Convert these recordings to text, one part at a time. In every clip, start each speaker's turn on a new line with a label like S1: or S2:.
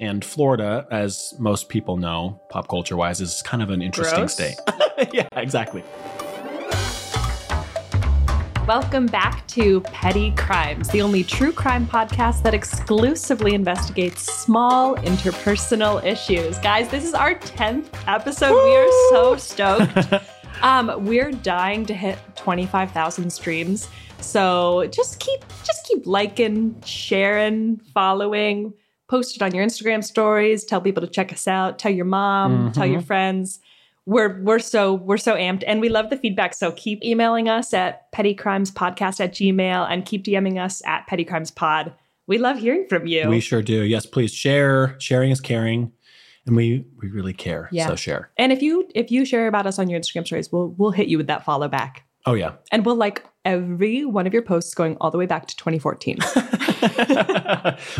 S1: And Florida, as most people know, pop culture wise, is kind of an interesting
S2: Gross.
S1: state. yeah, exactly.
S3: Welcome back to Petty Crimes, the only true crime podcast that exclusively investigates small interpersonal issues. Guys, this is our 10th episode. We are so stoked. um, we're dying to hit 25,000 streams. So just keep just keep liking, sharing, following, post it on your Instagram stories, tell people to check us out, tell your mom, tell your friends we're we're so we're so amped and we love the feedback so keep emailing us at pettycrimespodcast at gmail and keep dming us at pettycrimespod we love hearing from you
S1: We sure do. Yes, please share. Sharing is caring, and we we really care.
S3: Yeah.
S1: So share.
S3: and if you if you share about us on your instagram stories we'll we'll hit you with that follow back
S1: Oh yeah.
S3: and we'll like every one of your posts going all the way back to 2014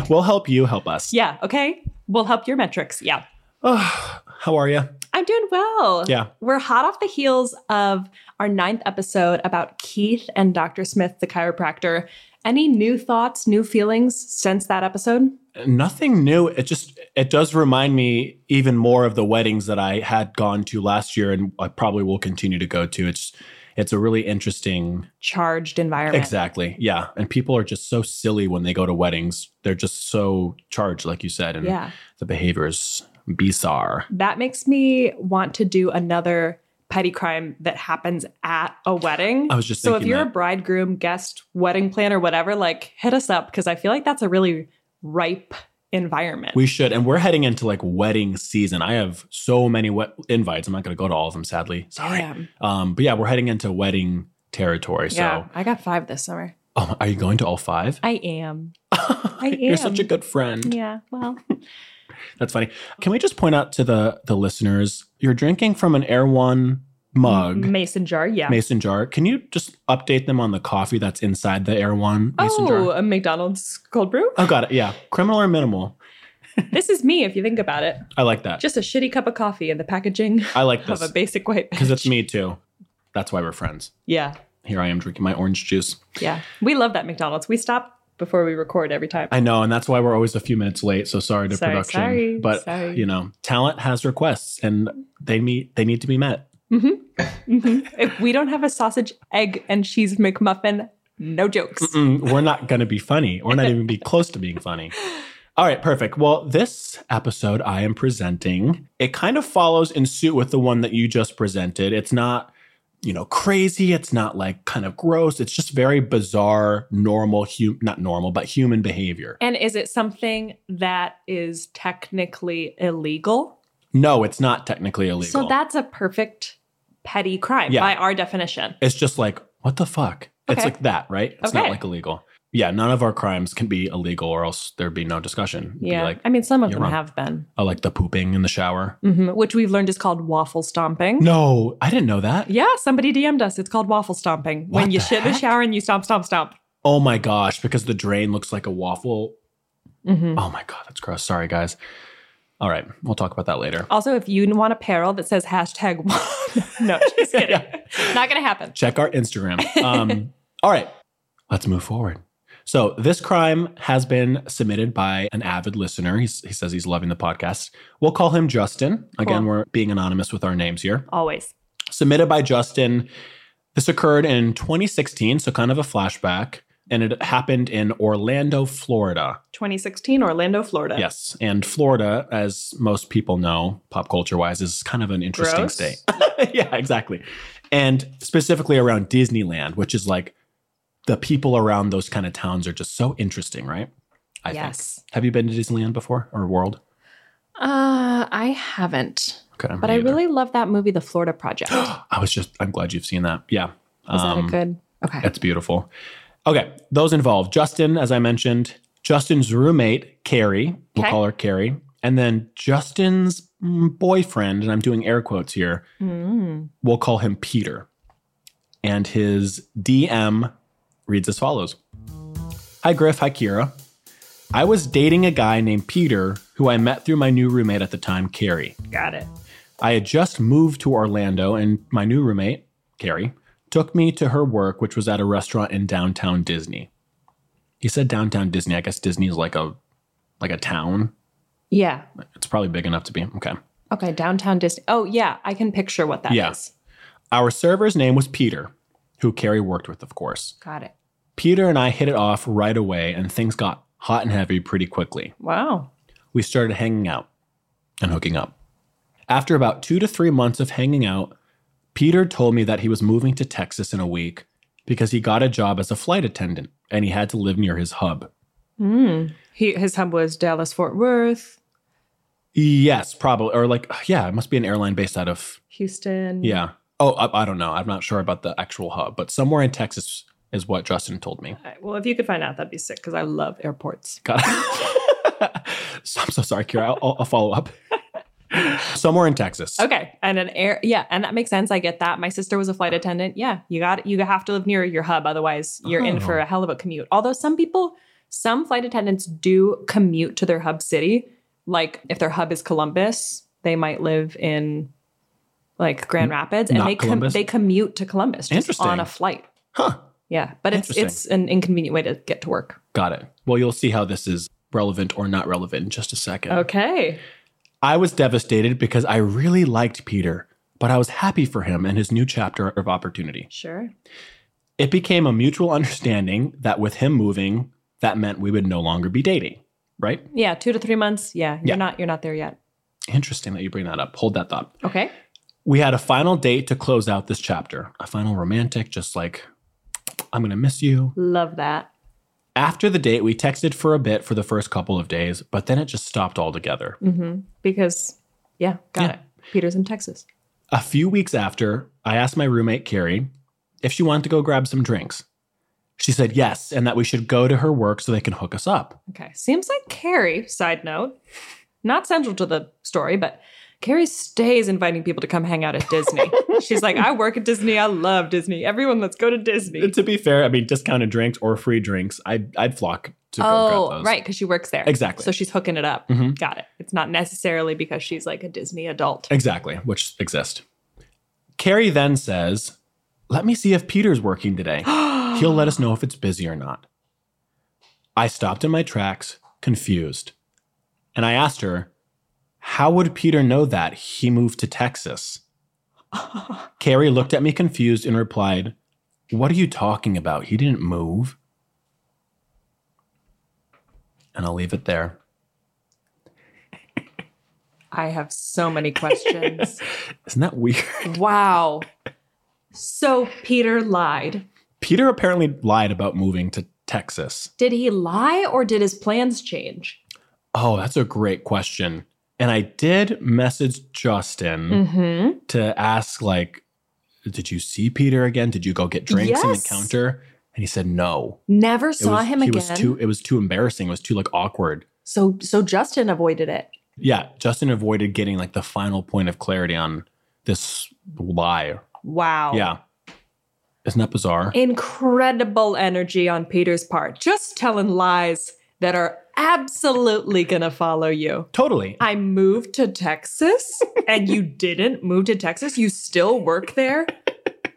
S1: we'll help you help us.
S3: yeah okay we'll help your metrics yeah
S1: Oh, how are you?
S3: i'm doing well
S1: Yeah.
S3: we're hot off the heels of our ninth episode about Keith and Dr. Smith, the chiropractor. Any new thoughts, new feelings since that episode?
S1: Nothing new. It just it does remind me even more of the weddings that I had gone to last year and I probably will continue to go to. It's it's a really interesting
S3: Charged environment.
S1: Exactly. Yeah. And people are just so silly when they go to weddings. They're just so charged like you said and
S3: Yeah.
S1: the behavior is bizarre.
S3: That makes me want to do another petty crime that happens at a wedding.
S1: I was just
S3: so if
S1: thinking
S3: you're a
S1: that.
S3: bridegroom, guest, wedding planner, whatever, like hit us up because I feel like that's a really ripe environment.
S1: We should, and we're heading into like wedding season. I have so many wet invites. I'm not going to go to all of them, sadly. Sorry.
S3: Damn.
S1: Um, but yeah, we're heading into wedding territory. So,
S3: Yeah, I got five this summer.
S1: oh, are you going to all five?
S3: I am.
S1: You're
S3: am.
S1: such a good friend.
S3: Yeah. Well,
S1: That's funny. Can we just point out to the the listeners, you're drinking from an Air One mug.
S3: mason jar. Yeah.
S1: Mason jar. Can you just update them on the coffee that's inside the Air One Mason
S3: oh,
S1: jar?
S3: a McDonald's cold brew.
S1: Oh, got it. Yeah. Criminal or minimal?
S3: this is me, if you think about it.
S1: I like that.
S3: Just a shitty cup of coffee and the packaging
S1: I like
S3: of a
S1: this
S3: basic white.
S1: because it's me too. That's why we're friends.
S3: Yeah.
S1: Here I am drinking my orange juice.
S3: Yeah. We love that McDonald's. We stop before we record every time.
S1: I know, and that's why we're always a few minutes late. So sorry to
S3: Sorry,
S1: production,
S3: sorry,
S1: but
S3: sorry.
S1: you know, talent has requests, and they meet. They need to be met.
S3: Mhm. if we don't have a sausage, egg, and cheese McMuffin, no jokes.
S1: Mm, we're not going to be funny. We're not even be close to being funny. All right, perfect. Well, this episode I am presenting, it kind of follows in suit with the one that you just presented. It's not, you know, crazy. It's not like kind of gross. It's just very bizarre, normal, hum- not normal, but human behavior.
S3: And is it something that is technically illegal?
S1: No, it's not technically illegal.
S3: So that's a perfect petty crime
S1: Yeah.
S3: by our definition.
S1: It's just like, what the fuck? It's
S3: Okay.
S1: like that, right? It's not
S3: Okay.
S1: like illegal. Yeah, none of our crimes can be illegal or else there'd be no discussion. It'd be
S3: Yeah.
S1: like,
S3: I mean, some of
S1: you're
S3: them
S1: wrong.
S3: have been,
S1: oh, like the pooping in the shower.
S3: Mhm. which we've learned is called waffle stomping.
S1: No, I didn't know that.
S3: Yeah, somebody DM'd us. It's called waffle stomping.
S1: What
S3: when you
S1: the
S3: shit in the
S1: heck?
S3: shower and you stomp, stomp, stomp.
S1: Oh my gosh, because the drain looks like a waffle.
S3: Mhm.
S1: Oh my God, that's gross. Sorry, guys. All right, we'll talk about that later.
S3: Also, if you want apparel that says hashtag no, just kidding. Not gonna happen.
S1: Check our Instagram. Um, all right, let's move forward. So, this crime has been submitted by an avid listener. He's, he says he's loving the podcast. We'll call him Justin. Again,
S3: Cool.
S1: we're being anonymous with our names here.
S3: Always.
S1: submitted by Justin. This occurred in 2016, so kind of a flashback, and it happened in Orlando, Florida.
S3: 2016, Orlando, Florida.
S1: Yes, and Florida, as most people know, pop culture wise, is kind of an interesting
S3: Gross.
S1: state. yeah, exactly. And specifically around Disneyland, which is like the people around those kind of towns are just so interesting, right? I think.
S3: yes.
S1: Have you been to Disneyland before or World?
S3: Uh, I haven't,
S1: Okay,
S3: but
S1: me
S3: I
S1: either.
S3: really love that movie, The Florida Project. Was
S1: I was just. I'm glad you've seen that. Yeah.
S3: that
S1: Um,
S3: a good? Okay.
S1: That's beautiful. Okay, those involved Justin, as I mentioned, Justin's roommate, Carrie, we'll
S3: Okay.
S1: call her Carrie, and then Justin's mm, boyfriend, and I'm doing air quotes here,
S3: Mm.
S1: we'll call him Peter. And his DM reads as follows Hi, Griff. Hi, Kira. I was dating a guy named Peter who I met through my new roommate at the time, Carrie.
S3: Got it.
S1: I had just moved to Orlando, and my new roommate, Carrie, took me to her work, which was at a restaurant in downtown Disney. He said downtown Disney. I guess Disney is like a like a town.
S3: Yeah.
S1: It's probably big enough to be. Okay.
S3: Okay. Downtown Disney. Oh, yeah. I can picture what that is.
S1: Yeah. Our server's name was Peter, who Carrie worked with, of course.
S3: Got it.
S1: Peter and I hit it off right away, and things got hot and heavy pretty quickly.
S3: Wow.
S1: We started hanging out and hooking up. After about two to three months of hanging out, Peter told me that he was moving to Texas in a week because he got a job as a flight attendant and he had to live near his hub.
S3: Mm. He, his hub was Dallas Fort Worth,
S1: Yes, probably. Or, like, yeah, it must be an airline based out of
S3: Houston.
S1: Yeah. Oh, I, I don't know. I'm not sure about the actual hub, but somewhere in Texas is what Justin told me.
S3: All right, Uh, Well, if you could find out, that'd be sick because I love airports.
S1: God. so, I'm so sorry, Kira. I'll- I'll, I'll follow up. somewhere in Texas.
S3: Okay, and an air, yeah, and that makes sense. I get that. My sister was a flight attendant. Yeah, you got you have to live near your hub, otherwise you're in for
S1: Oh.
S3: a hell of a commute. Although some people, some flight attendants do commute to their hub city. Like if their hub is Columbus, they might live in like Grand Rapids, and
S1: not
S3: they com-
S1: Columbus?
S3: they commute to Columbus just
S1: Interesting.
S3: on a flight.
S1: Huh.
S3: Yeah, but it's
S1: Interesting.
S3: it's an inconvenient way to get to work.
S1: Got it. Well, you'll see how this is relevant or not relevant in just a second.
S3: Okay,
S1: I was devastated because I really liked Peter, but I was happy for him and his new chapter of opportunity.
S3: sure.
S1: It became a mutual understanding that with him moving, that meant we would no longer be dating, right?
S3: Yeah, two to three months. Yeah, you're
S1: Yeah.
S3: not you're not there yet.
S1: Interesting that you bring that up. Hold that thought.
S3: Okay.
S1: we had a final date to close out this chapter, a final romantic, just like, I'm gonna miss you.
S3: Love that.
S1: After the date, we texted for a bit for the first couple of days, but then it just stopped altogether.
S3: Mm-hmm. Because, yeah, got
S1: Yeah.
S3: it. Peter's in Texas.
S1: A few weeks after, I asked my roommate, Carrie, if she wanted to go grab some drinks. She said yes, and that we should go to her work so they can hook us up.
S3: Okay. Seems like Carrie, side note, not central to the story, but Carrie stays inviting people to come hang out at Disney. She's like, I work at Disney. I love Disney. Everyone, let's go to Disney.
S1: To be fair, I mean, discounted drinks or free drinks, I'd, I'd flock to go grab
S3: Oh,
S1: those.
S3: right. Because she works there.
S1: Exactly.
S3: So she's hooking it up.
S1: Mhm.
S3: Got it. It's not necessarily because she's like a Disney adult.
S1: Exactly, which exist. Carrie then says, Let me see if Peter's working today. He'll let us know if it's busy or not. I stopped in my tracks, confused. And I asked her, How would Peter know that he moved to Texas? Carrie looked at me confused and replied, What are you talking about? He didn't move. And I'll leave it there.
S3: I have so many questions.
S1: Isn't that weird?
S3: wow. So Peter lied.
S1: Peter apparently lied about moving to Texas.
S3: Did he lie or did his plans change?
S1: Oh, that's a great question. And I did message Justin
S3: Mm-hmm.
S1: to ask, like, did you see Peter again? Did you go get drinks and
S3: Yes.
S1: encounter? And he said no.
S3: Never
S1: It
S3: saw
S1: was-
S3: him
S1: he
S3: again.
S1: Was too, it was too embarrassing. It was too like awkward.
S3: so so Justin avoided it.
S1: Yeah, Justin avoided getting like the final point of clarity on this lie.
S3: Wow.
S1: Yeah, isn't that bizarre?
S3: Incredible energy on Peter's part. Just telling lies that are absolutely gonna follow you.
S1: totally.
S3: I moved to Texas and you didn't move to Texas. You still work there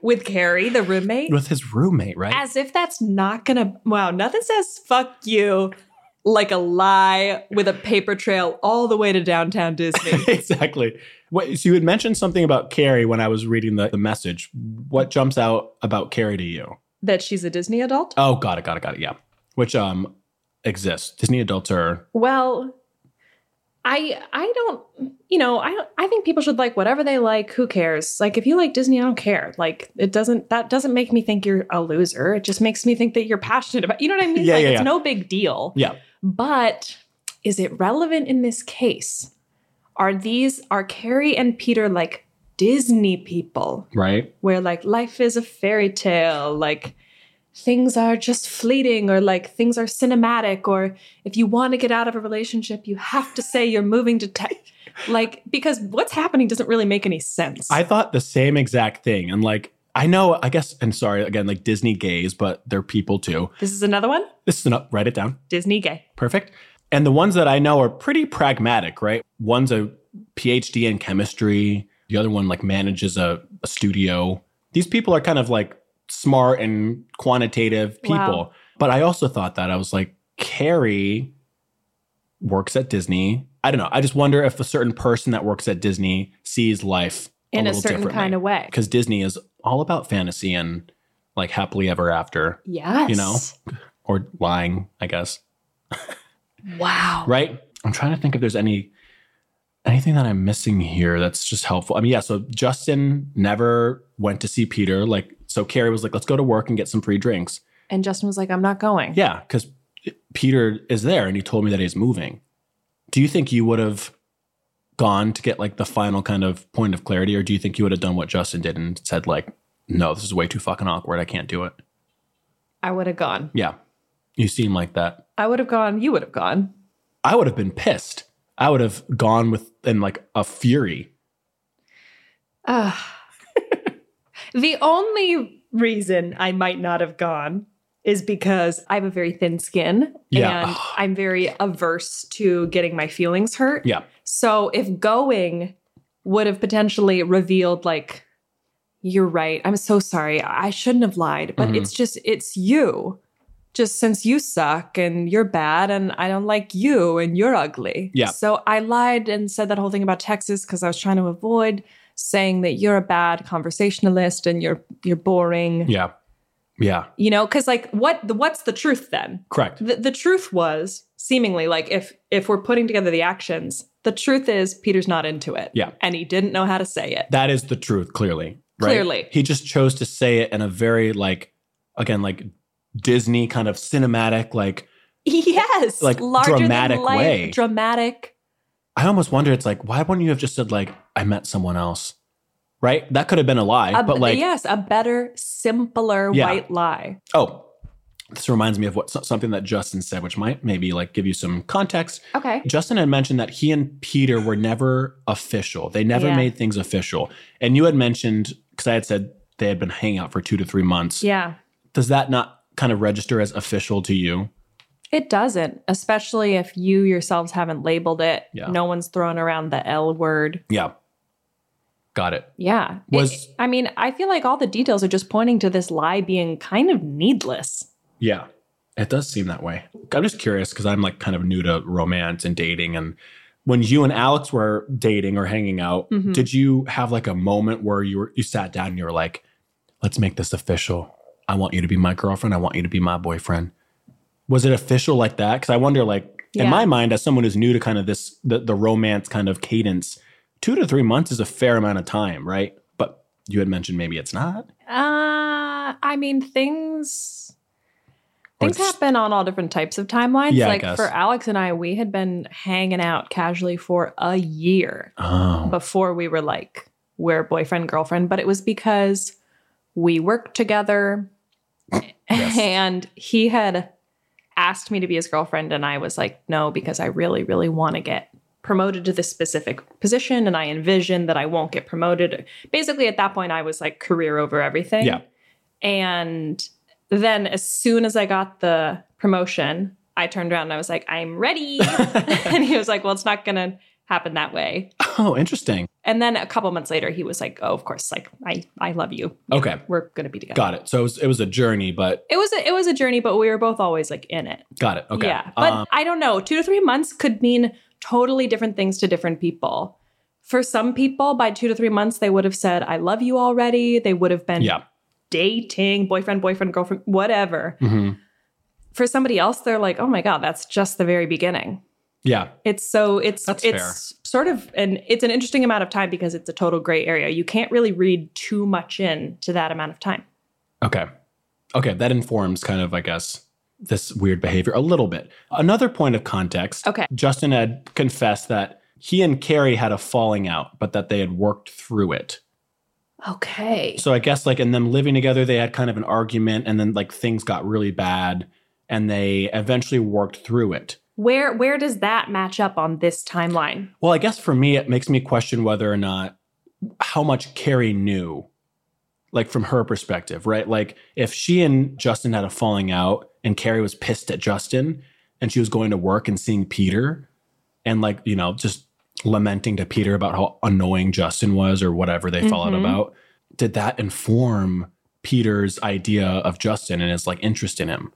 S3: with Carrie, the roommate.
S1: With his roommate, right?
S3: As if that's not gonna, wow, nothing says fuck you like a lie with a paper trail all the way to downtown Disney.
S1: exactly. What, so you had mentioned something about Carrie when I was reading the, the message. What jumps out about Carrie to you?
S3: that she's a Disney adult?
S1: Oh, got it, got it, got it. Yeah, which um exists. Disney adults are
S3: Well, I I don't you know I I think people should like whatever they like. Who cares? Like if you like Disney, I don't care. Like it doesn't that doesn't make me think you're a loser. It just makes me think that you're passionate about. You know what I mean?
S1: Yeah,
S3: like
S1: yeah,
S3: it's
S1: yeah.
S3: no big deal.
S1: yeah.
S3: But is it relevant in this case? Are these are Carrie and Peter like Disney people?
S1: right?
S3: where like life is a fairy tale, like things are just fleeting, or like things are cinematic, or if you want to get out of a relationship, you have to say you're moving to tech. Like, because what's happening doesn't really make any sense.
S1: I thought the same exact thing, and like I know, I guess, and sorry again, like Disney gays, but they're people too.
S3: this is another one
S1: This is enough. Write it down.
S3: Disney gay.
S1: Perfect. And the ones that I know are pretty pragmatic, right? One's a PhD in chemistry. The other one like manages a, a studio. These people are kind of like smart and quantitative people.
S3: Wow.
S1: But I also thought that I was like, Carrie works at Disney. I don't know. I just wonder if a certain person that works at Disney sees life
S3: in a, certain kind of way.
S1: because Disney is all about fantasy and like happily ever after
S3: Yes.
S1: You know? or lying, I guess.
S3: Wow.
S1: Right? I'm trying to think if there's any anything that I'm missing here that's just helpful. I mean, yeah, so Justin never went to see Peter. Like, so Carrie was like, let's go to work and get some free drinks.
S3: And Justin was like, I'm not going.
S1: Yeah, because Peter is there and he told me that he's moving. Do you think you would have gone to get like the final kind of point of clarity, or do you think you would have done what Justin did and said, like, no, this is way too fucking awkward. I can't do it?
S3: I would have gone.
S1: Yeah. You seem like that.
S3: I would have gone. You would have gone.
S1: I would have been pissed. I would have gone with in like a fury.
S3: Ugh. the only reason I might not have gone is because I have a very thin skin
S1: Yeah.
S3: and I'm very averse to getting my feelings hurt.
S1: Yeah.
S3: So if going would have potentially revealed like you're right. I'm so sorry. I shouldn't have lied, but
S1: Mhm.
S3: it's just it's you. Just since you suck and you're bad and I don't like you and you're ugly.
S1: Yeah.
S3: So I lied and said that whole thing about Texas because I was trying to avoid saying that you're a bad conversationalist and you're you're boring.
S1: Yeah. Yeah.
S3: You know, because like what the, what's the truth then?
S1: Correct.
S3: the, the truth was seemingly like if if we're putting together the actions the truth is peter's not into it
S1: Yeah.
S3: and he didn't know how to say it
S1: That is the truth, clearly. Right?
S3: Clearly.
S1: He just chose to say it in a very like again, like Disney kind of cinematic, like
S3: yes
S1: Like, dramatic
S3: life,
S1: way.
S3: dramatic
S1: I almost wonder it's like, why wouldn't you have just said like, I met someone else? Right? That could have been a lie.
S3: a,
S1: but like
S3: yes a better simpler
S1: Yeah.
S3: white lie
S1: oh, this reminds me of what so- something that Justin said, which might maybe like give you some context.
S3: okay
S1: Justin had mentioned that he and Peter were never official. They never
S3: Yeah.
S1: made things official. And you had mentioned, because I had said they had been hanging out for two to three months.
S3: yeah
S1: Does that not kind of register as official to you?
S3: it doesn't especially if you yourselves haven't labeled it
S1: Yeah.
S3: no one's thrown around the l word
S1: Yeah. Got it.
S3: yeah It-
S1: Was-
S3: i mean i feel like all the details are just pointing to this lie being kind of needless
S1: Yeah. It does seem that way. I'm just curious because I'm like kind of new to romance and dating. And when you and Alex were dating or hanging out,
S3: Mhm.
S1: did you have like a moment where you were you sat down and you were like, let's make this official. I want you to be my girlfriend. I want you to be my boyfriend. Was it official like that? Because I wonder, like, in
S3: Yeah.
S1: my mind, as someone who's new to kind of this the, the romance kind of cadence, two to three months is a fair amount of time, right? But you had mentioned maybe it's not.
S3: Uh, I mean, things
S1: Or
S3: things
S1: it's-
S3: happen on all different types of timelines.
S1: Yeah, I
S3: like
S1: guess.
S3: for Alex and I, we had been hanging out casually for a year
S1: Oh.
S3: before we were like we're boyfriend girlfriend, but it was because we worked together
S1: Yes.
S3: and he had asked me to be his girlfriend and I was like, "No, because I really really want to get promoted to this specific position and I envision that I won't get promoted." Basically at that point I was like career over everything.
S1: Yeah.
S3: And then as soon as I got the promotion, I turned around and I was like, "I'm ready." and he was like, "Well, it's not going to happen that way."
S1: oh, interesting.
S3: And then a couple months later, he was like, "Oh, of course, like I, I love you.
S1: Okay.
S3: We're gonna be together."
S1: Got it. So it was, it was a journey, but
S3: It was a, it was a journey, but we were both always like in it.
S1: got it. Okay.
S3: Yeah, but
S1: Um,
S3: I don't know. Two to three months could mean totally different things to different people. For some people, by two to three months, they would have said, "I love you already." They would have been
S1: yeah.
S3: dating, boyfriend, boyfriend, girlfriend, whatever.
S1: hmm
S3: For somebody else, they're like, "Oh my god, that's just the very beginning."
S1: Yeah.
S3: It's so it's
S1: That's
S3: it's sort of an it's an interesting amount of time because it's a total gray area. You can't really read too much in to that amount of time.
S1: Okay. Okay. That informs kind of, I guess, this weird behavior a little bit. Another point of context
S3: Okay.
S1: Justin had confessed that he and Carrie had a falling out, but that they had worked through it.
S3: Okay.
S1: So I guess, like, in them living together, they had kind of an argument and then, like, things got really bad and they eventually worked through it.
S3: Where where does that match up on this timeline?
S1: Well, I guess for me, it makes me question whether or not how much Carrie knew, like from her perspective, right? Like if she and Justin had a falling out and Carrie was pissed at Justin and she was going to work and seeing Peter and like, you know, just lamenting to Peter about how annoying Justin was or whatever they fell out
S3: Mhm.
S1: about, did that inform Peter's idea of Justin and his like interest in him?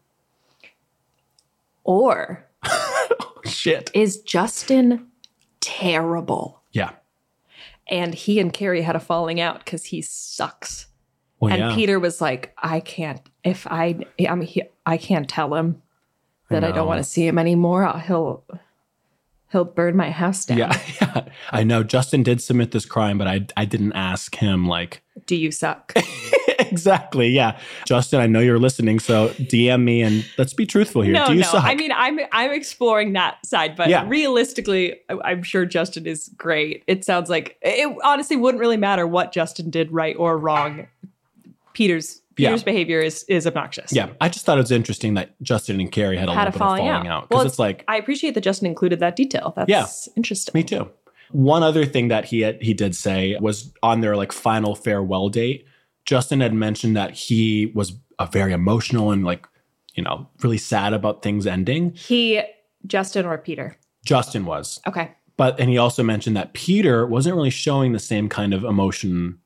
S3: Or
S1: Shit.
S3: is Justin terrible.
S1: Yeah.
S3: And he and Carrie had a falling out because he sucks.
S1: Well,
S3: and
S1: yeah.
S3: Peter was like, I can't, if I, I'm, he, I can't tell him that I,
S1: know.
S3: don't want to see him anymore. I'll, he'll, he'll burn my house down.
S1: Yeah, yeah. I know Justin did submit this crime, but I I didn't ask him like
S3: Do you suck?
S1: exactly. Yeah. Justin, I know you're listening, so DM me and let's be truthful here.
S3: no,
S1: Do you
S3: no.
S1: suck?
S3: I mean, I'm, I'm exploring that side, but
S1: Yeah.
S3: realistically, I- I'm sure Justin is great. It sounds like it honestly wouldn't really matter what Justin did right or wrong. Peter's,
S1: Yeah.
S3: Peter's behavior is, is obnoxious.
S1: yeah. I just thought it was interesting that Justin and Carrie had a
S3: Had
S1: little
S3: a
S1: bit
S3: falling
S1: of
S3: out.
S1: falling out. Because
S3: Well,
S1: it's like
S3: I appreciate that Justin included that detail. That's
S1: Yeah.
S3: interesting.
S1: me too. One other thing that he had, he did say was on their like final farewell date, Justin had mentioned that he was a very emotional and like, you know, really sad about things ending.
S3: He, Justin or Peter.
S1: Justin was.
S3: Okay.
S1: But and he also mentioned that Peter wasn't really showing the same kind of emotion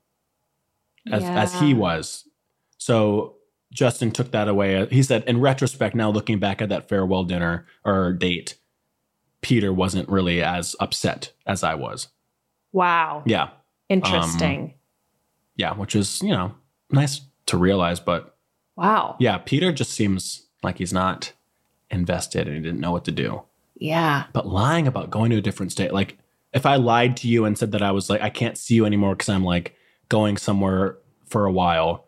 S1: as, as he
S3: Yeah.
S1: was. So Justin took that away. He said, in retrospect, now looking back at that farewell dinner or date, Peter wasn't really as upset as I was.
S3: Wow.
S1: Yeah. Um,
S3: Interesting.
S1: Yeah. Which is, you know, nice to realize. But
S3: wow.
S1: yeah, Peter just seems like he's not invested and he didn't know what to do.
S3: Yeah.
S1: But lying about going to a different state, like if I lied to you and said that I was like, I can't see you anymore because I'm like going somewhere for a while,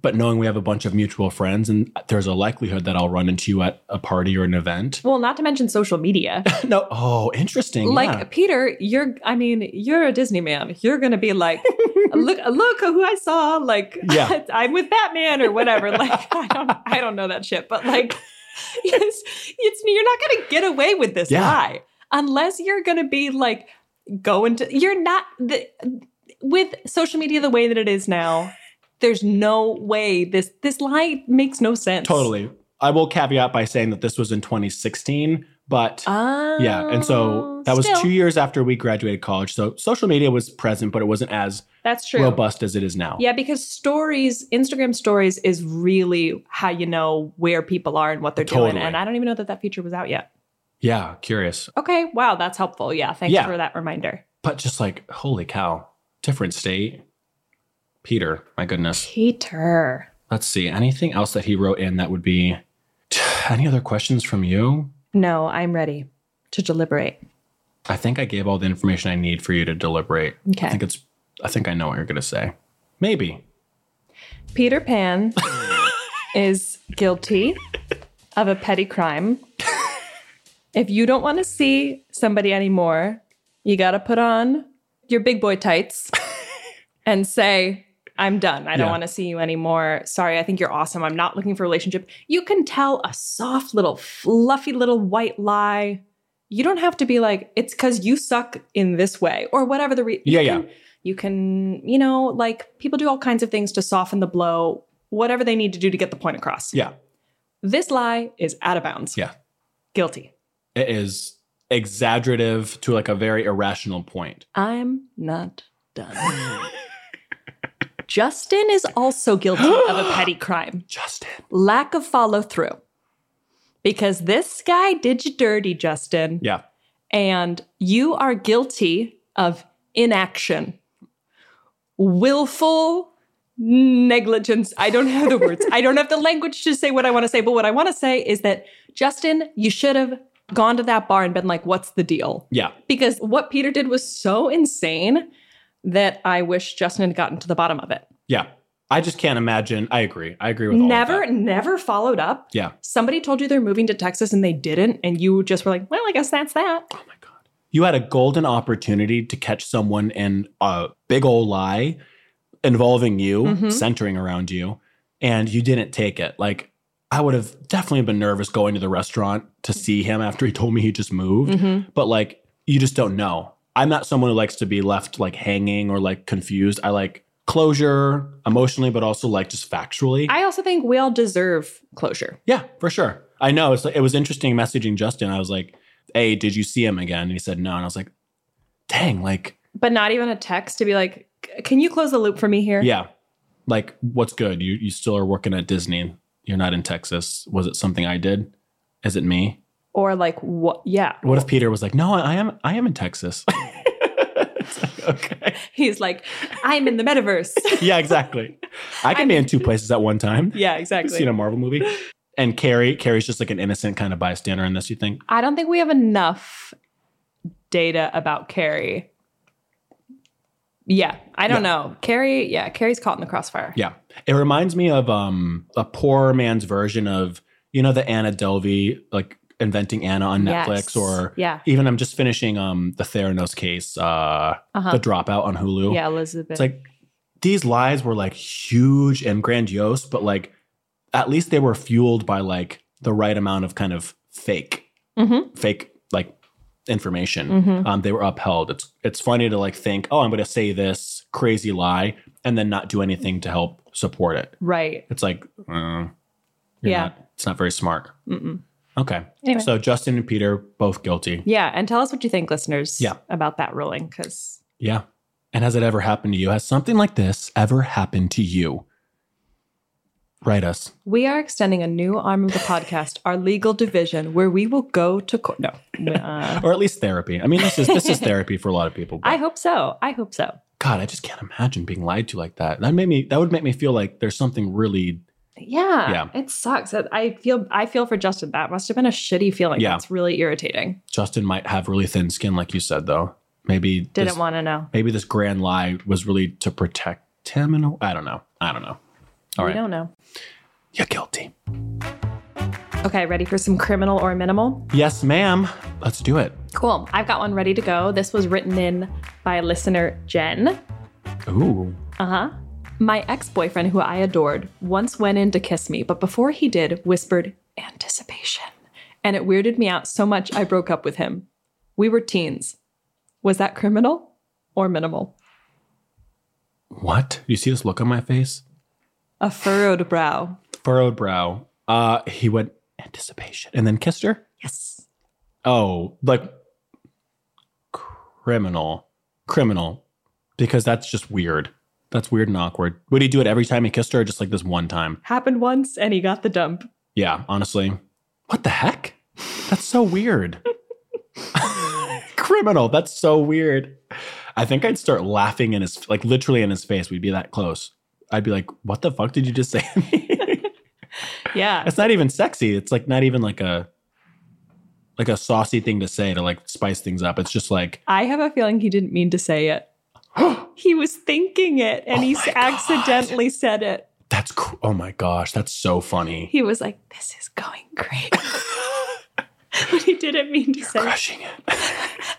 S1: but knowing we have a bunch of mutual friends and there's a likelihood that I'll run into you at a party or an event.
S3: Well, not to mention social media.
S1: no, oh, interesting.
S3: like
S1: yeah.
S3: Peter, you're I mean, you're a Disney man. You're going to be like, look look who I saw like
S1: Yeah.
S3: I'm with Batman or whatever. Like I don't I don't know that shit, but like it's, it's you're not going to get away with this
S1: Yeah.
S3: lie unless you're going to be like going to you're not the, with social media the way that it is now. There's no way this this lie makes no sense.
S1: totally. I will caveat by saying that this was in 2016, but
S3: Oh,
S1: yeah. And so that was
S3: still,
S1: two years after we graduated college. So social media was present, but it wasn't as
S3: That's true.
S1: robust as it is now.
S3: Yeah, because stories, Instagram stories is really how you know where people are and what they're
S1: Totally.
S3: doing. And I don't even know that that feature was out yet.
S1: Yeah. Curious.
S3: Okay, wow, that's helpful. Yeah, thanks
S1: Yeah.
S3: for that reminder.
S1: but just like holy cow different state peter my goodness
S3: Peter.
S1: let's see anything else that he wrote in that would be any other questions from you
S3: No, I'm ready to deliberate.
S1: i think i gave all the information i need for you to deliberate i
S3: Okay.
S1: think it's i think i know what you're gonna say maybe
S3: Peter Pan is guilty of a petty crime. if you don't want to see somebody anymore, you got to put on your big boy tights and say, I'm done. I don't
S1: Yeah.
S3: want to see you anymore. Sorry, I think you're awesome. I'm not looking for a relationship. You can tell a soft little, fluffy little white lie. You don't have to be like, it's because you suck in this way or whatever the reason.
S1: Yeah, yeah.
S3: You can, you know, like people do all kinds of things to soften the blow, whatever they need to do to get the point across.
S1: yeah
S3: This lie is out of bounds.
S1: Yeah.
S3: Guilty.
S1: it is exaggerative to like a very irrational point
S3: I'm not done. Justin is also guilty of a petty crime
S1: justin
S3: lack of follow through. Because this guy did you dirty, Justin,
S1: yeah
S3: and you are guilty of inaction, willful negligence. I don't have the words, I don't have the language to say what I want to say, but what I want to say is that, Justin, you should have gone to that bar and been like, what's the deal?
S1: yeah
S3: because what Peter did was so insane that I wish Justin had gotten to the bottom of it.
S1: yeah i just can't imagine i agree i agree with all of
S3: Never,
S1: that.
S3: never followed up.
S1: yeah
S3: Somebody told you they're moving to Texas and they didn't, and you just were like, well, I guess that's that.
S1: Oh my God. You had a golden opportunity to catch someone in a big old lie involving you,
S3: Mhm.
S1: centering around you, and you didn't take it. Like, I would have definitely been nervous going to the restaurant to see him after he told me he just moved.
S3: Mm. Mm-hmm.
S1: But like, you just don't know. I'm not someone who likes to be left like hanging or like confused. I like closure emotionally, but also like just factually.
S3: I also think we all deserve closure.
S1: Yeah, for sure. I know. It's like, it was interesting messaging Justin. I was like, "Hey, did you see him again?" And he said no, and I was like, "Dang, like,
S3: But not even a text to be like, "C- can you close the loop for me here?
S1: yeah, like, what's good? You you still are working at Disney. You're not in Texas. Was it something I did? Is it me?
S3: Or like what? Yeah,
S1: What if Peter was like, "No, I I am I am in Texas." It's like, okay.
S3: he's like, I'm in the metaverse.
S1: Yeah, exactly. I can
S3: I'm-
S1: be in two places at one time.
S3: yeah,
S1: I've
S3: exactly.
S1: seen a Marvel movie. And Carrie, Carrie's just like an innocent kind of bystander in this, you think?
S3: I don't think we have enough data about Carrie. Yeah, I don't know. Carrie, yeah, Carrie's caught in the crossfire.
S1: Yeah. It reminds me of um a poor man's version of, you know, the Anna Delvey, like inventing Anna on Netflix
S3: Yes.
S1: or
S3: yeah,
S1: even I'm just finishing um the Theranos case, uh
S3: uh-huh.
S1: the dropout on Hulu.
S3: yeah, Elizabeth.
S1: It's like these lies were like huge and grandiose, but like at least they were fueled by like the right amount of kind of fake,
S3: Mhm.
S1: fake like information.
S3: Mhm.
S1: Um, they were upheld. It's it's funny to like think, oh, I'm going to say this crazy lie and then not do anything to help support it.
S3: right.
S1: It's like, uh, you're
S3: Yeah.
S1: not- it's not very smart.
S3: Mm-mm.
S1: Okay,
S3: Anyway.
S1: so Justin and Peter both guilty.
S3: yeah, and tell us what you think, listeners.
S1: Yeah.
S3: about that ruling, because
S1: Yeah. And has it ever happened to you? Has something like this ever happened to you? Write us.
S3: we are extending a new arm of the podcast, our legal division, where we will go to court. No, uh,
S1: or at least therapy. I mean, this is this is therapy for a lot of people. But
S3: I hope so. I hope so.
S1: God, I just can't imagine being lied to like that. That made me. That would make me feel like there's something really.
S3: Yeah,
S1: Yeah.
S3: it sucks. That- I feel I feel for Justin. That must have been a shitty feeling.
S1: Yeah.
S3: it's really irritating.
S1: Justin might have really thin skin, like you said, though. Maybe
S3: Didn't
S1: this,
S3: want to know.
S1: maybe this grand lie was really to protect him. And I don't know. I don't know. All
S3: we
S1: right,
S3: don't know.
S1: you're guilty.
S3: Okay, ready for some criminal or minimal?
S1: Yes, ma'am. Let's do it.
S3: Cool. I've got one ready to go. This was written in by listener Jen.
S1: Ooh.
S3: Uh huh. My ex boyfriend, who I adored, once went in to kiss me, but before he did, whispered, anticipation. And it weirded me out so much I broke up with him. We were teens. Was that criminal or minimal?
S1: What? You see this look on my face?
S3: A furrowed brow.
S1: Furrowed brow. Uh, he went anticipation and then kissed her.
S3: Yes.
S1: Oh, like criminal, criminal, because that's just weird. That's weird and awkward. Would he do it every time he kissed her, or just like this one time?
S3: Happened once and he got the dump.
S1: Yeah, honestly, what the heck? That's so weird. criminal. That's so weird. I think I'd start laughing in his, like literally in his face. We'd be that close. I'd be like, "What the fuck did you just say?" to me?"
S3: Yeah.
S1: it's not even sexy. It's like not even like a like a saucy thing to say to like spice things up. It's just like
S3: I have a feeling he didn't mean to say it. he was thinking it and
S1: Oh
S3: he
S1: my
S3: s-
S1: God.
S3: accidentally said it.
S1: That's cr- oh my gosh, that's so funny.
S3: He was like, This is going great. but he didn't mean to say it.
S1: Crushing it.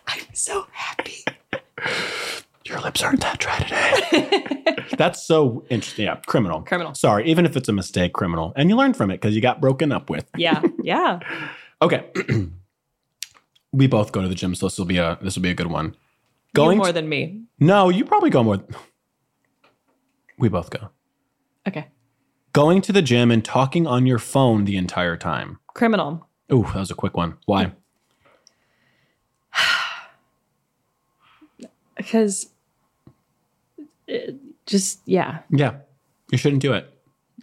S3: I'm so happy.
S1: Your lips aren't that dry today. That's so interesting. Yeah, criminal.
S3: Criminal.
S1: Sorry, even if it's a mistake, criminal. And you learn from it because you got broken up with.
S3: Yeah. Yeah.
S1: Okay. we both go to the gym, so this will be a this will be a good one.
S3: Going
S1: Going
S3: more
S1: to-
S3: than me.
S1: No, you probably go more. We both go.
S3: Okay.
S1: Going to the gym and talking on your phone the entire time.
S3: Criminal.
S1: Ooh, that was a quick one. Why?
S3: Because uh, just, yeah.
S1: Yeah, you shouldn't do it.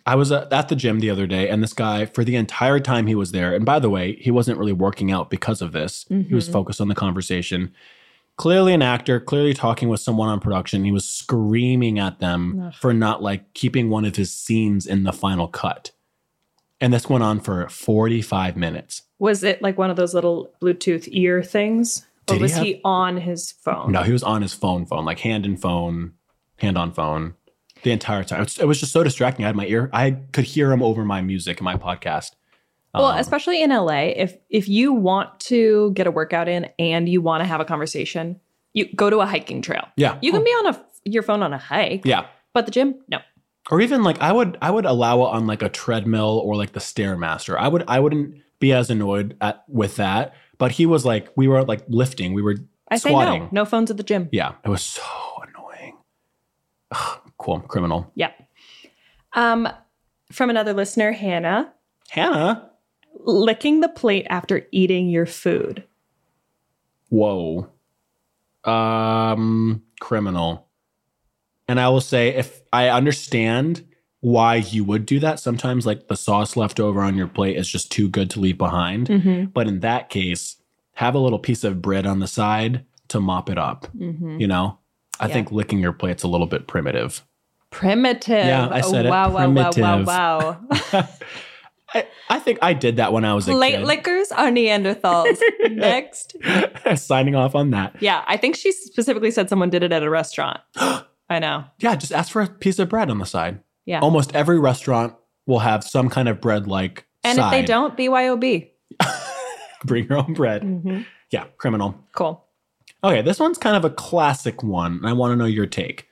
S1: I was uh, at the gym the other day, and this guy, for the entire time he was there, and by the way, he wasn't really working out because of this. He was focused on the conversation. Clearly, an actor, clearly talking with someone on production. He was screaming at them
S3: Ugh.
S1: for not like keeping one of his scenes in the final cut. And this went on for 45 minutes.
S3: Was it like one of those little Bluetooth ear things? Or
S1: Did he
S3: was
S1: have-
S3: he on his phone?
S1: No, he was on his phone, phone, like hand in phone, hand on phone, the entire time. It was, it was just so distracting. I had my ear, I could hear him over my music and my podcast.
S3: Well,
S1: Um,
S3: especially in LA, if if you want to get a workout in and you want to have a conversation, you go to a hiking trail.
S1: yeah,
S3: You can be on a your phone on a hike,
S1: Oh. yeah,
S3: but the gym, no.
S1: or even like I would, I would allow it on like a treadmill or like the stairmaster. I would, I wouldn't be as annoyed at with that. But he was like, we were like lifting, we were,
S3: I say
S1: Squatting.
S3: no. No phones at the gym.
S1: yeah, it was so annoying. Ugh, cool, criminal,
S3: Yeah. Um, from another listener, Hannah,
S1: Hannah.
S3: licking the plate after eating your food.
S1: Whoa. Um, criminal. And I will say, if I understand why you would do that. Sometimes, like the sauce left over on your plate is just too good to leave behind.
S3: Mm-hmm.
S1: But in that case, have a little piece of bread on the side to mop it up.
S3: Mm-hmm.
S1: You know, I
S3: Yeah.
S1: think licking your plate's a little bit primitive.
S3: Primitive.
S1: Yeah, I said it.
S3: wow, wow, wow, wow,
S1: Primitive.
S3: wow,
S1: I, I think I did that when I was a
S3: Plate
S1: kid.
S3: lickers are Neanderthals. Next.
S1: Signing off on that.
S3: Yeah, I think she specifically said someone did it at a restaurant. I know.
S1: Yeah, just ask for a piece of bread on the side.
S3: Yeah.
S1: Almost every restaurant will have some kind of bread like
S3: And if they don't, BYOB.
S1: bring your own bread.
S3: Mm-hmm.
S1: Yeah, criminal.
S3: Cool.
S1: Okay, this one's kind of a classic one, and I want to know your take.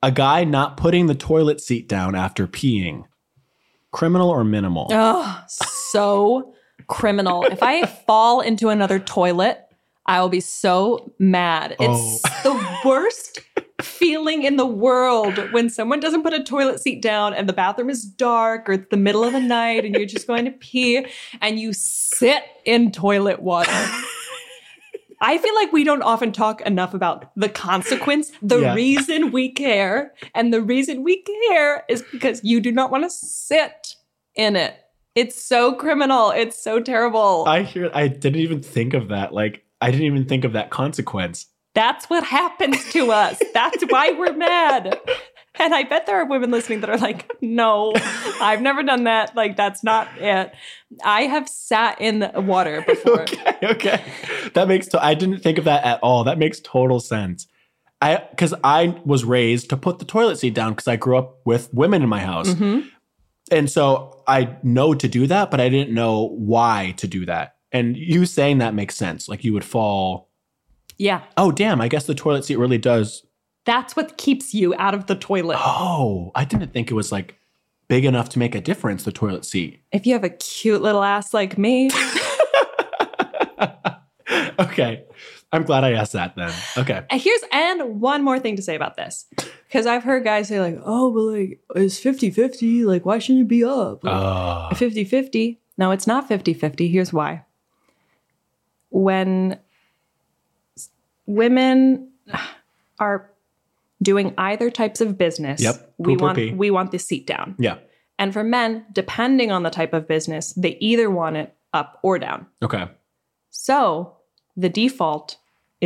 S1: A guy not putting the toilet seat down after peeing. Criminal or minimal?
S3: Oh, so criminal. If I fall into another toilet, I will be so mad. It's
S1: Oh.
S3: the worst feeling in the world when someone doesn't put a toilet seat down and the bathroom is dark or it's the middle of the night and you're just going to pee and you sit in toilet water. I feel like we don't often talk enough about the consequence, the
S1: Yeah.
S3: reason we care. And the reason we care is because you do not want to sit in it. It's so criminal. It's so terrible.
S1: I hear I didn't even think of that. Like I didn't even think of that consequence.
S3: That's what happens to us. That's why we're mad. And I bet there are women listening that are like, no, I've never done that. Like, that's not it. I have sat in the water before.
S1: okay, okay. That makes to- I didn't think of that at all. That makes total sense. I cuz I was raised to put the toilet seat down cuz I grew up with women in my house.
S3: Mhm.
S1: And so I know to do that, but I didn't know why to do that. And you saying that makes sense. Like you would fall,
S3: Yeah.
S1: oh damn, I guess the toilet seat really does.
S3: That's what keeps you out of the toilet.
S1: Oh, I didn't think it was like big enough to make a difference the toilet seat.
S3: If you have a cute little ass like me,
S1: Okay. I'm glad I asked that then. Okay.
S3: And here's and one more thing to say about this. Because I've heard guys say like, oh, but like it's 50-50, like why shouldn't it be up? Like,
S1: Oh.
S3: 50-50. No, it's not 50-50. Here's why. When s- women are doing either types of business,
S1: Yep.
S3: we
S1: Poop or
S3: want
S1: pee.
S3: we want the seat down.
S1: Yeah.
S3: And for men, depending on the type of business, they either want it up or down.
S1: Okay.
S3: So the default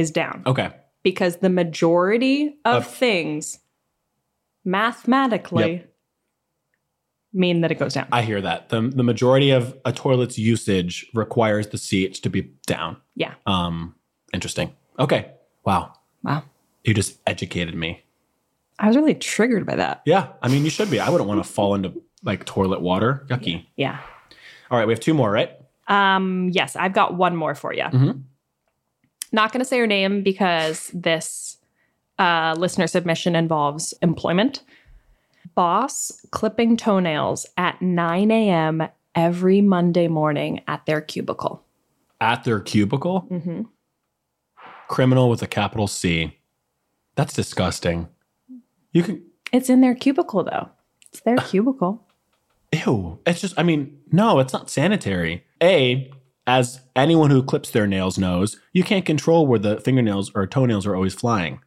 S3: is down
S1: Okay.
S3: because the majority
S1: Oh.
S3: of
S1: Of-
S3: things mathematically mean that it goes down.
S1: I hear that. The, the majority of a toilet's usage requires the seat to be down.
S3: Yeah.
S1: Um, interesting. Okay. Wow.
S3: Wow.
S1: You just educated me.
S3: I was really triggered by that.
S1: Yeah. I mean, you should be. I wouldn't want to fall into like toilet water. Yucky.
S3: Yeah.
S1: All right. We have two more, right?
S3: Um yes, I've got one more for you.
S1: Mhm.
S3: Not going to say her name because this uh, listener submission involves employment. Boss clipping toenails at 9 a.m. every Monday morning at their cubicle.
S1: At their cubicle,
S3: hmm
S1: criminal with a capital C. That's disgusting. You can,
S3: It's in their cubicle, though. It's their cubicle.
S1: ew. It's just, I mean, no, it's not sanitary. A, as anyone who clips their nails knows, you can't control where the fingernails or toenails are always flying.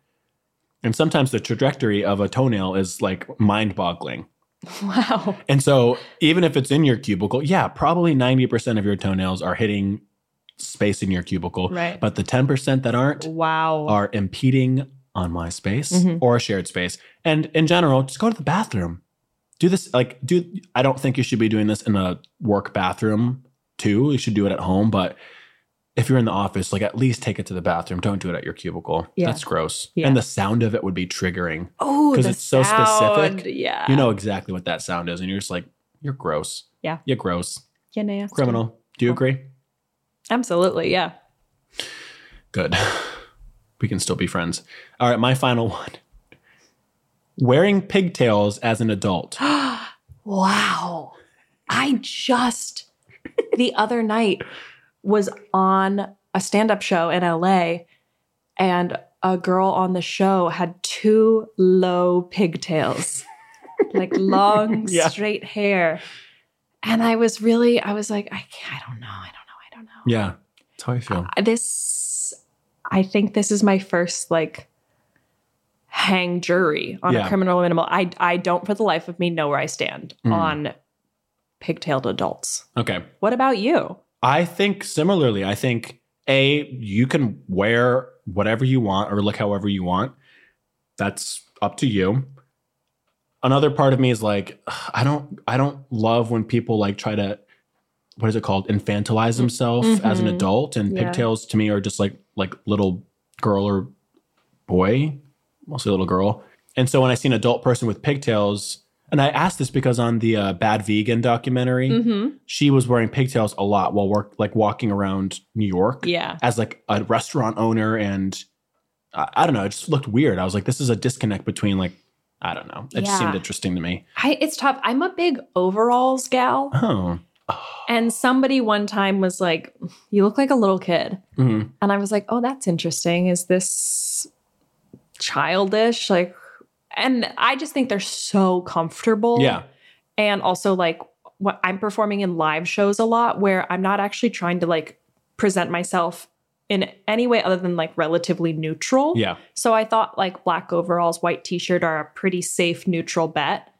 S1: And sometimes the trajectory of a toenail is like mind boggling.
S3: Wow.
S1: And so, even if it's in your cubicle, yeah, probably 90% of your toenails are hitting space in your cubicle.
S3: Right.
S1: But the 10% that aren't
S3: Wow.
S1: are impeding on my space
S3: Mhm.
S1: or a shared space. And in general, just go to the bathroom. Do this like do I don't think you should be doing this in a work bathroom too. You should do it at home, but if you're in the office, like at least take it to the bathroom. Don't do it at your cubicle.
S3: Yeah.
S1: That's gross.
S3: Yeah.
S1: And the sound of it would be triggering.
S3: oh,
S1: 'Cause
S3: the
S1: it's so specific,
S3: sound. Yeah.
S1: You know exactly what that sound is, and you're just like, you're gross.
S3: Uh, Yeah.
S1: You're gross.
S3: Yeah, nasty.
S1: Criminal. Do you agree?
S3: Absolutely. Yeah.
S1: Good. We can still be friends. All right, my final one. Wearing pigtails as an adult.
S3: Wow. I just the other night was on a stand up show in LA and a girl on the show had two low pigtails, like long,
S1: Yeah.
S3: straight hair. And I was really, I was like, I, can't, I don't know. I don't know. I don't know.
S1: Yeah. That's how I feel.
S3: this i think this is my first like hang jury on
S1: Yeah.
S3: a criminal minimal. I I don't for the life of me know where I stand
S1: Mm.
S3: on pigtailed adults.
S1: Okay.
S3: What about you?
S1: I think similarly, I think A, you can wear whatever you want or look however you want. That's up to you. Another part of me is like, ugh, I don't I don't love when people like try to what is it called? Infantilize themselves as an
S3: Mhm.
S1: adult. And
S3: Yeah.
S1: pigtails to me are just like like little girl or boy, mostly little girl. And so when I see an adult person with pigtails, and I asked this because on the uh, Bad Vegan documentary,
S3: Mm-hmm.
S1: she was wearing pigtails a lot while work like walking around New York
S3: Yeah.
S1: as like a restaurant owner and I, I don't know, it just looked weird. I was like, this is a disconnect between like I don't know. It just
S3: Yeah.
S1: seemed interesting to me.
S3: I, it's tough. I'm a big overalls gal.
S1: Oh.
S3: And somebody one time was like, You look like a little kid.
S1: Mhm.
S3: And I was like, Oh, that's interesting. Is this childish? Like, and I just think they're so comfortable.
S1: Yeah.
S3: And also, like, what I'm performing in live shows a lot where I'm not actually trying to like present myself in any way other than like relatively neutral.
S1: Yeah.
S3: So I thought like black overalls, white t shirt are a pretty safe, neutral bet.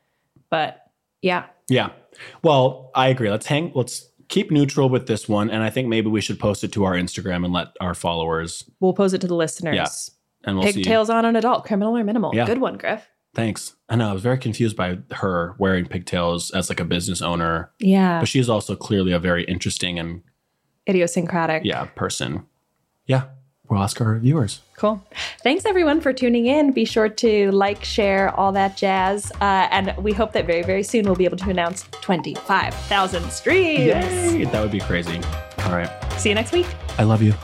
S3: But yeah,
S1: Yeah. Well, I agree. Let's hang let's keep neutral with this one. And I think maybe we should post it to our Instagram and let our followers
S3: we'll pose it to the listeners.
S1: and we'll see.
S3: Pigtails on an adult, criminal or minimal.
S1: Yeah.
S3: Good one, Griff.
S1: Thanks. I know I was very confused by her wearing pigtails as like a business owner.
S3: Yeah.
S1: But she's also clearly a very interesting and
S3: Idiosyncratic.
S1: yeah, person. Yeah, we'll ask our viewers.
S3: Cool. Thanks everyone for tuning in. Be sure to like, share, all that jazz. Uh, and we hope that very, very soon we'll be able to announce 25,000 streams.
S1: That would be crazy. All right.
S3: See you next week.
S1: I love you.